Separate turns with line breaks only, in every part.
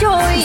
Trời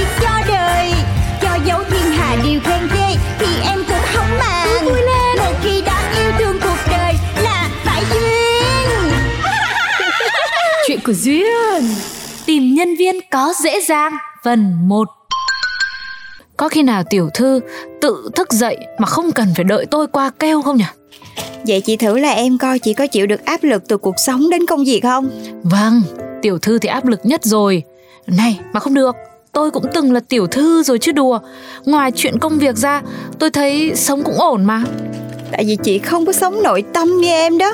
cho đời Cho dấu thiên hà điều khen ghê Thì em cũng không màng vui lên Một khi đã yêu thương cuộc đời Là phải duyên
Chuyện của Duyên
Tìm nhân viên có dễ dàng Phần 1 Có khi nào tiểu thư tự thức dậy mà không cần phải đợi tôi qua kêu không nhỉ?
Vậy chị thử là em coi chị có chịu được áp lực từ cuộc sống đến công việc không?
Vâng, tiểu thư thì áp lực nhất rồi Này mà không được Tôi cũng từng là tiểu thư rồi chứ đùa Ngoài chuyện công việc ra Tôi thấy sống cũng ổn mà
Tại vì chị không có sống nội tâm như em đó.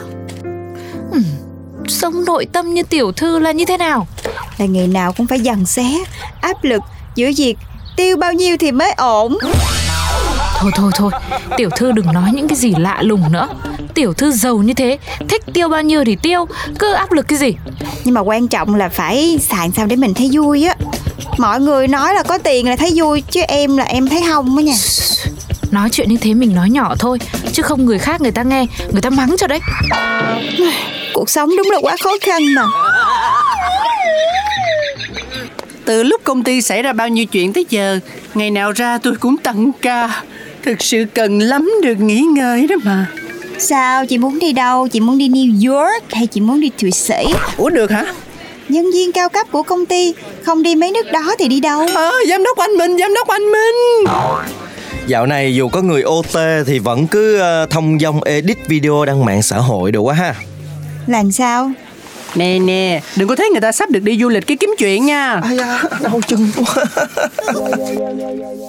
Sống nội tâm như tiểu thư là như thế nào
Là ngày nào cũng phải dằn xé, áp lực giữa việc tiêu bao nhiêu thì mới ổn.
Thôi thôi thôi Tiểu thư đừng nói những cái gì lạ lùng nữa Tiểu thư giàu như thế Thích tiêu bao nhiêu thì tiêu Cứ áp lực cái gì
Nhưng mà quan trọng là phải xài sao để mình thấy vui á. Mọi người nói là có tiền là thấy vui chứ em là em thấy không á nha.
Nói chuyện như thế mình nói nhỏ thôi Chứ không người khác người ta nghe Người ta mắng cho đấy
Cuộc sống đúng là quá khó khăn mà.
Từ lúc công ty xảy ra bao nhiêu chuyện tới giờ Ngày nào ra tôi cũng tăng ca Thực sự cần lắm được nghỉ ngơi đó mà
Sao chị muốn đi đâu? Chị muốn đi New York hay chị muốn đi Thụy Sĩ?
Ủa được hả?
Nhân viên cao cấp của công ty không đi mấy nước đó thì đi đâu?
Ờ giám đốc anh Minh, giám đốc anh Minh
Dạo này dù có người OT thì vẫn cứ ờ, thông dong edit video đăng mạng xã hội đồ quá ha
Làm sao?
Nè nè, đừng có thấy người ta sắp được đi du lịch cái kiếm chuyện nha
Ai da, đau chân quá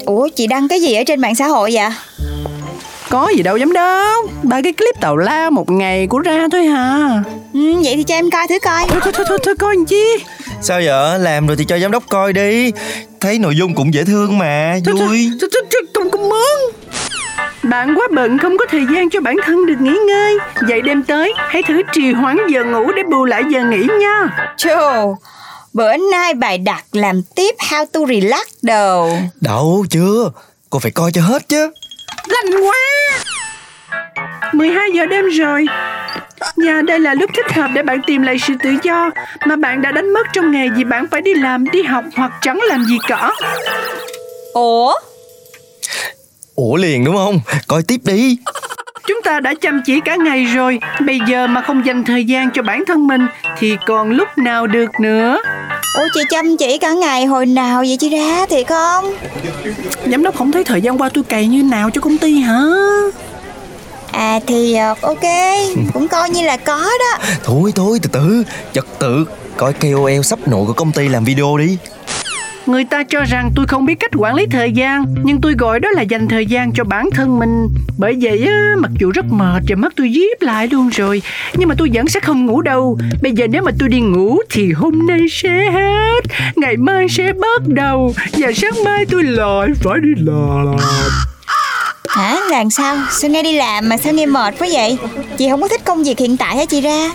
Ủa chị đăng cái gì ở trên mạng xã hội vậy?
Có gì đâu giám đốc Ba cái clip tàu lao một ngày của ra thôi hả
Ừ, vậy thì cho em coi thử coi
Thôi thôi thôi, thôi, thôi coi làm chi
Sao vậy? Làm rồi thì cho giám đốc coi đi Thấy nội dung cũng dễ thương mà,
Thôi, thôi,
vui
thôi, thôi, thôi, Không có muốn Bạn quá bận không có thời gian cho bản thân được nghỉ ngơi Vậy đêm tới hãy thử trì hoãn giờ ngủ để bù lại giờ nghỉ nha
Chù Bữa nay bài đặt làm tiếp How to relax đồ
Đâu chưa? Cô phải coi cho hết chứ
Lạnh quá 12 giờ đêm rồi Và đây là lúc thích hợp để bạn tìm lại sự tự do Mà bạn đã đánh mất trong ngày vì bạn phải đi làm, đi học hoặc chẳng làm gì cả
Ủa
Ủa liền đúng không? Coi tiếp đi
Chúng ta đã chăm chỉ cả ngày rồi Bây giờ mà không dành thời gian cho bản thân mình Thì còn lúc nào được nữa
Ủa chị chăm chỉ cả ngày hồi nào vậy chị ra thiệt không
Giám đốc không thấy thời gian qua tôi cày như nào cho công ty hả
À thì ờ, ok Cũng coi như là có đó
Thôi thôi từ từ, trật tự Coi KOL sắp nổi của công ty làm video đi
Người ta cho rằng tôi không biết cách quản lý thời gian Nhưng tôi gọi đó là dành thời gian cho bản thân mình Bởi vậy á, mặc dù rất mệt và mắt tôi díp lại luôn rồi Nhưng mà tôi vẫn sẽ không ngủ đâu Bây giờ nếu mà tôi đi ngủ thì hôm nay sẽ hết Ngày mai sẽ bắt đầu Và sáng mai tôi lại phải đi làm
Hả làm sao Sao nghe đi làm mà sao nghe mệt quá vậy Chị không có thích công việc hiện tại hả chị ra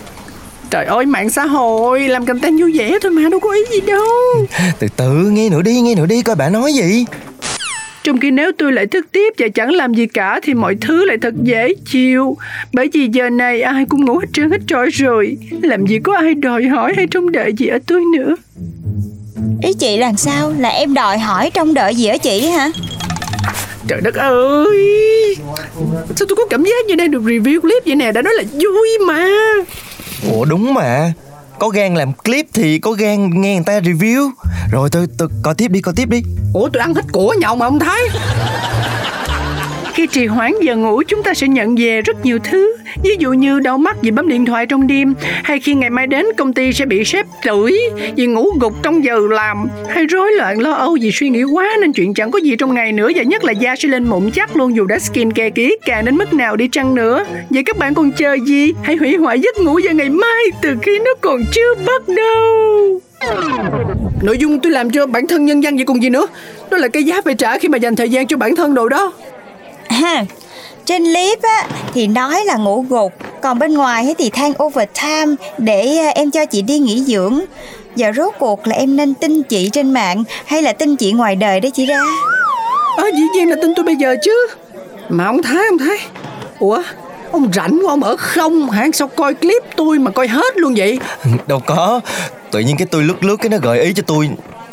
Trời ơi mạng xã hội Làm content vui vẻ thôi mà đâu có ý gì đâu
Từ từ, nghe nữa đi, nghe nữa đi Coi bà nói gì
Trong khi nếu tôi lại thức tiếp và chẳng làm gì cả thì mọi thứ lại thật dễ chịu. Bởi vì giờ này ai cũng ngủ hết trơn hết trọi rồi. Làm gì có ai đòi hỏi hay trông đợi gì ở tôi nữa.
Ý chị là sao Là em đòi hỏi trong đợi gì ở chị hả
Trời đất ơi! Sao tôi có cảm giác như đang được review clip vậy nè, đã nói là vui mà.
Ủa đúng mà Có gan làm clip thì có gan nghe người ta review Rồi tôi, tôi coi tiếp đi, coi tiếp đi
Ủa tôi ăn hết của nhậu mà ông thấy. Khi trì hoãn giờ ngủ chúng ta sẽ nhận về rất nhiều thứ Ví dụ như đau mắt vì bấm điện thoại trong đêm Hay khi ngày mai đến công ty sẽ bị sếp chửi Vì ngủ gục trong giờ làm Hay rối loạn lo âu vì suy nghĩ quá Nên chuyện chẳng có gì trong ngày nữa Và nhất là da sẽ lên mụn chắc luôn Dù đã skin care kỹ càng đến mức nào đi chăng nữa Vậy các bạn còn chờ gì Hãy hủy hoại giấc ngủ vào ngày mai Từ khi nó còn chưa bắt đầu Nội dung tôi làm cho bản thân nhân dân vậy còn gì nữa Đó là cái giá phải trả khi mà dành thời gian cho bản thân đồ đó
Ha, Trên clip á, thì nói là ngủ gục Còn bên ngoài ấy thì than overtime Để à, em cho chị đi nghỉ dưỡng Giờ rốt cuộc là em nên tin chị trên mạng Hay là tin chị ngoài đời đấy chị ra
Ờ dĩ nhiên là tin tôi bây giờ chứ Mà ông Thái ông Thái Ủa ông rảnh quá ông ở không hả sao coi clip tôi mà coi hết luôn vậy
Đâu có Tự nhiên cái tôi lướt lướt cái nó gợi ý cho tôi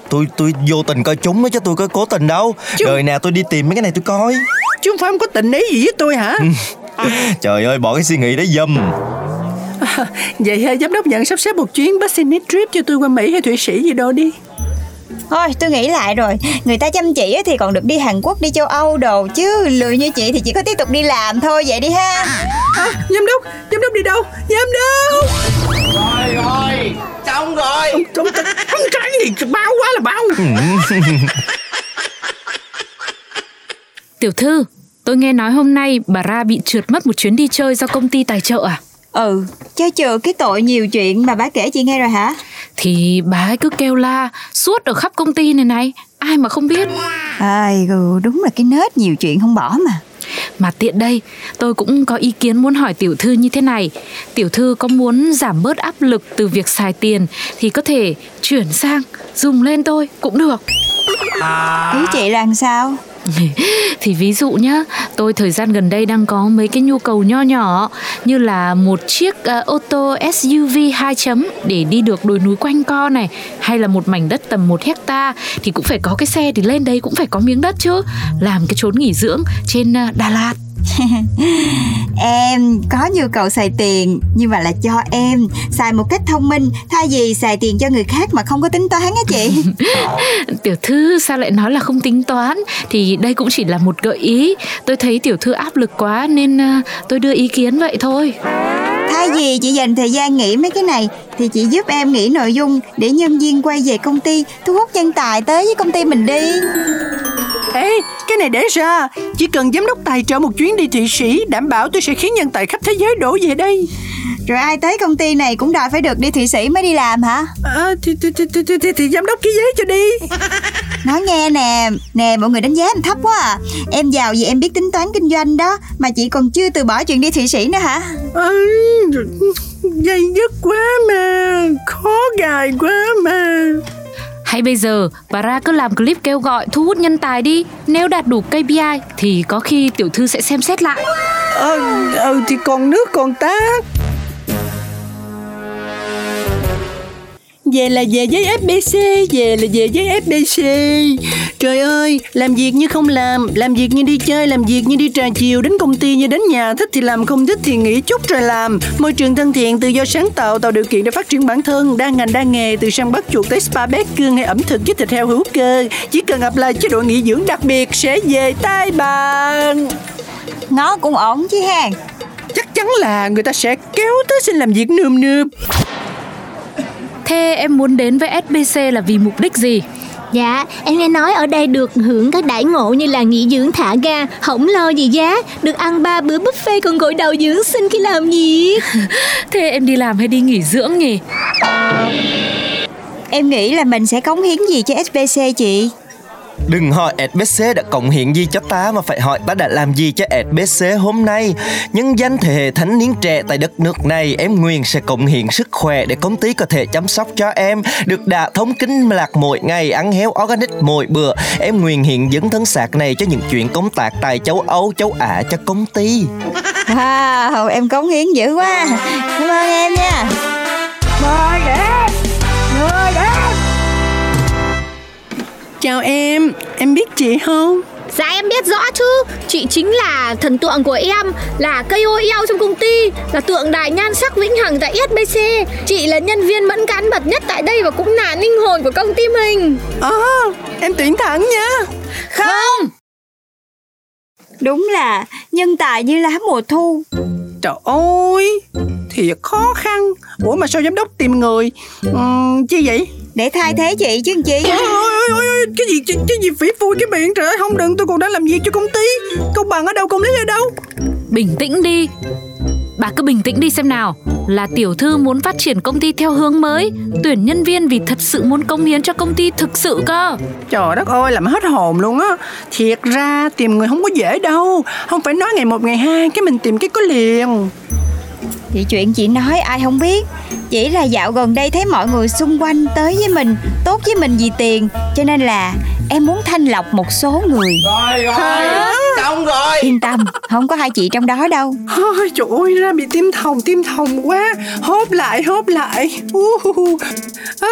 Tôi tôi vô tình coi chúng đó chứ tôi có cố tình đâu
Chứ-
Đời nào tôi đi tìm mấy cái này tôi coi
Chứ không phải ông có tình ý gì với tôi hả
Trời ơi bỏ cái suy nghĩ đó dâm
Vậy hả, giám đốc nhận sắp xếp một chuyến business trip cho tôi qua Mỹ hay Thụy Sĩ gì đó đi
Thôi tôi nghĩ lại rồi Người ta chăm chỉ á thì còn được đi Hàn Quốc đi châu Âu đồ Chứ lười như chị thì chỉ có tiếp tục đi làm thôi vậy đi ha
à, Giám đốc, giám đốc đi đâu, giám đốc Rồi rồi, xong rồi Ông, ông, ông Trắng thì bao quá là bao
Tiểu thư, tôi nghe nói hôm nay bà Ra bị trượt mất một chuyến đi chơi do công ty tài trợ à?
Ừ Chứ trừ cái tội nhiều chuyện mà bà kể chị nghe rồi hả
Thì bà ấy cứ kêu la suốt ở khắp công ty này này, ai mà không biết.
Ai ừ, đúng là cái nết nhiều chuyện không bỏ mà
Mà tiện đây, tôi cũng có ý kiến muốn hỏi tiểu thư như thế này. Tiểu thư có muốn giảm bớt áp lực từ việc xài tiền thì có thể chuyển sang dùng lên tôi cũng được.
Ý chị là làm sao
thì ví dụ nhá, tôi thời gian gần đây đang có mấy cái nhu cầu nho nhỏ như là một chiếc ờ, ô tô SUV 2 chấm để đi được đồi núi quanh co này hay là một mảnh đất tầm 1 hecta thì cũng phải có cái xe thì lên đấy cũng phải có miếng đất chứ, làm cái chốn nghỉ dưỡng trên ờ, Đà Lạt.
Em có nhu cầu xài tiền nhưng mà là cho em xài một cách thông minh thay vì xài tiền cho người khác mà không có tính toán á chị.
Tiểu thư sao lại nói là không tính toán Thì đây cũng chỉ là một gợi ý Tôi thấy tiểu thư áp lực quá Nên à, tôi đưa ý kiến vậy thôi
thay vì chị dành thời gian nghĩ mấy cái này thì chị giúp em nghĩ nội dung để nhân viên quay về công ty thu hút nhân tài tới với công ty mình đi.
Ê, cái này để ra Chỉ cần giám đốc tài trợ một chuyến đi Thụy Sĩ Đảm bảo tôi sẽ khiến nhân tài khắp thế giới đổ về đây
Rồi ai tới công ty này cũng đòi phải được đi Thụy Sĩ mới đi làm hả?
À, thì, thì, thì, thì, thì, thì, thì giám đốc ký giấy cho đi
Nói nghe nè, nè mọi người đánh giá em thấp quá à. Em giàu vì em biết tính toán kinh doanh đó mà chị còn chưa từ bỏ chuyện đi Thụy Sĩ nữa hả?
à, Dây dứt quá mà Khó gài quá mà
Hay bây giờ bà ra cứ làm clip kêu gọi Thu hút nhân tài đi Nếu đạt đủ KPI Thì có khi tiểu thư sẽ xem xét lại
Ờ, ờ thì còn nước còn tát Về là về với FBC, về là về với FBC Trời ơi, làm việc như không làm, làm việc như đi chơi, làm việc như đi trà chiều Đến công ty như đến nhà, thích thì làm, không thích thì nghỉ chút rồi làm Môi trường thân thiện, tự do sáng tạo, tạo điều kiện để phát triển bản thân Đa ngành đa nghề, từ săn bắt chuột tới spa bếp cương hay ẩm thực với thịt heo hữu cơ Chỉ cần apply chế độ nghỉ dưỡng đặc biệt sẽ về tay bạn
Nó cũng ổn chứ hàng.
chắc chắn là người ta sẽ kéo tới xin làm việc nườm nượp
Thế em muốn đến với SBC là vì mục đích gì
Dạ, em nghe nói ở đây được hưởng các đãi ngộ như là nghỉ dưỡng thả ga, không lo gì giá, được ăn ba bữa buffet còn gội đầu dưỡng sinh khi làm việc.
Thế em đi làm hay đi nghỉ dưỡng nhỉ
Em nghĩ là mình sẽ cống hiến gì cho SBC chị?
Đừng hỏi SBC đã cộng hiện gì cho ta mà phải hỏi ta đã làm gì cho SBC hôm nay. Nhân danh thế hệ thánh niên trẻ tại đất nước này, em nguyện sẽ cộng hiện sức khỏe để công ty có thể chăm sóc cho em. Được đạ thống kính lạc mỗi ngày, ăn héo organic mỗi bữa. Em nguyện hiện dấn thân sạc này cho những chuyện công tác tại châu Âu, châu Á cho công ty.
Wow, em cống hiến dữ quá. Cảm ơn em nha. Mời em. Mời em.
chào em em biết chị không
Dạ em biết rõ chứ, chị chính là thần tượng của em, là cây ô yêu trong công ty, là tượng đài nhan sắc vĩnh hằng tại SBC. Chị là nhân viên mẫn cán bậc nhất tại đây và cũng là linh hồn của công ty mình.
ờ em tuyển thẳng nha
Đúng là nhân tài như lá mùa thu.
Trời ơi, thiệt khó khăn Ủa mà sao giám đốc tìm người uhm, Chi vậy?
Để thay thế chị chứ làm chi
Ôi, ôi, ôi, ôi, cái gì cái, cái gì phỉ phui cái miệng trời ơi không đừng tôi còn đã làm việc cho công ty công bằng ở đâu công lý ở đâu
Bình tĩnh đi Bà cứ bình tĩnh đi xem nào Là tiểu thư muốn phát triển công ty theo hướng mới Tuyển nhân viên vì thật sự muốn cống hiến cho công ty thực sự cơ
trời đất ơi làm hết hồn luôn á thiệt ra tìm người không có dễ đâu không phải nói ngày một ngày hai cái mình tìm cái có liền
Thì chuyện chị nói ai không biết Chỉ là dạo gần đây thấy mọi người xung quanh tới với mình Tốt với mình vì tiền Cho nên là em muốn thanh lọc một số người
rồi rồi xong rồi
Yên tâm, không có hai chị trong đó đâu
Ôi, trời ơi ra bị tim thòng tim thòng quá hốt lại hốt lại Uhuhu. à,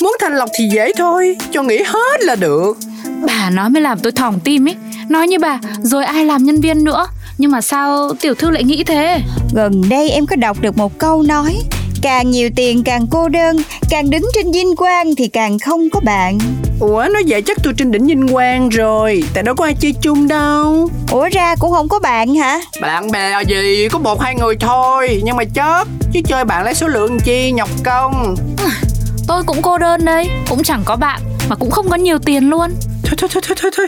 muốn thành lọc thì dễ thôi cho nghỉ hết là được
Bà nói mới làm tôi thỏng tim ấy Nói như bà rồi ai làm nhân viên nữa Nhưng mà sao tiểu thư lại nghĩ thế
Gần đây em có đọc được một câu nói Càng nhiều tiền càng cô đơn Càng đứng trên vinh quang thì càng không có bạn
ủa nói vậy chắc tôi trên đỉnh vinh quang rồi tại đâu có ai chơi chung đâu
Ủa ra cũng không có bạn hả
Bạn bè gì có một hai người thôi Nhưng mà chớp Chứ chơi bạn lấy số lượng chi nhọc công
Tôi cũng cô đơn đây Cũng chẳng có bạn Mà cũng không có nhiều tiền luôn
Thôi thôi thôi thôi thôi, thôi.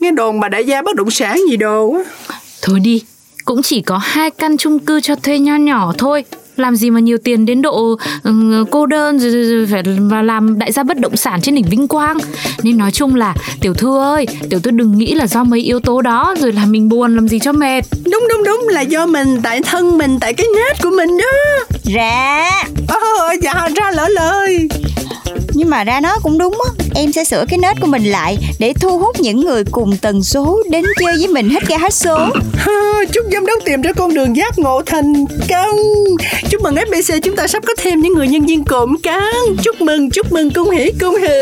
Nghe đồn bà đại gia bất động sản gì đồ á.
Thôi đi Cũng chỉ có hai căn chung cư cho thuê nho nhỏ thôi làm gì mà nhiều tiền đến độ ừm, cô đơn rồi, rồi, rồi phải và làm đại gia bất động sản trên đỉnh Vinh Quang nên nói chung là tiểu thư ơi tiểu thư đừng nghĩ là do mấy yếu tố đó rồi làm mình buồn làm gì cho mệt
Đúng đúng đúng là do mình Tại thân mình Tại cái nết của mình đó
Ra
Ờ dạ ra lỡ lời
Nhưng mà ra nói cũng đúng á Em sẽ sửa cái nết của mình lại Để thu hút những người cùng tần số Đến chơi với mình hết ra hết số
Ha, Chúc giám đốc tìm ra con đường giác ngộ thành công Chúc mừng FBC chúng ta sắp có thêm những người nhân viên cộm cán Chúc mừng chúc mừng cung hỉ cung hỉ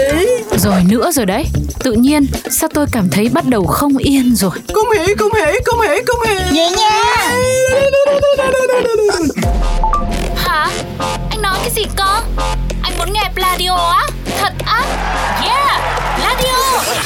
rồi nữa rồi đấy tự nhiên sao tôi cảm thấy bắt đầu không yên rồi
Cung hỉ cung hỉ cung hỉ cung hỉ
Vậy nha
Hả? Anh nói cái gì cơ? Anh muốn nghe Pladio á? Thật á? Yeah! Pladio!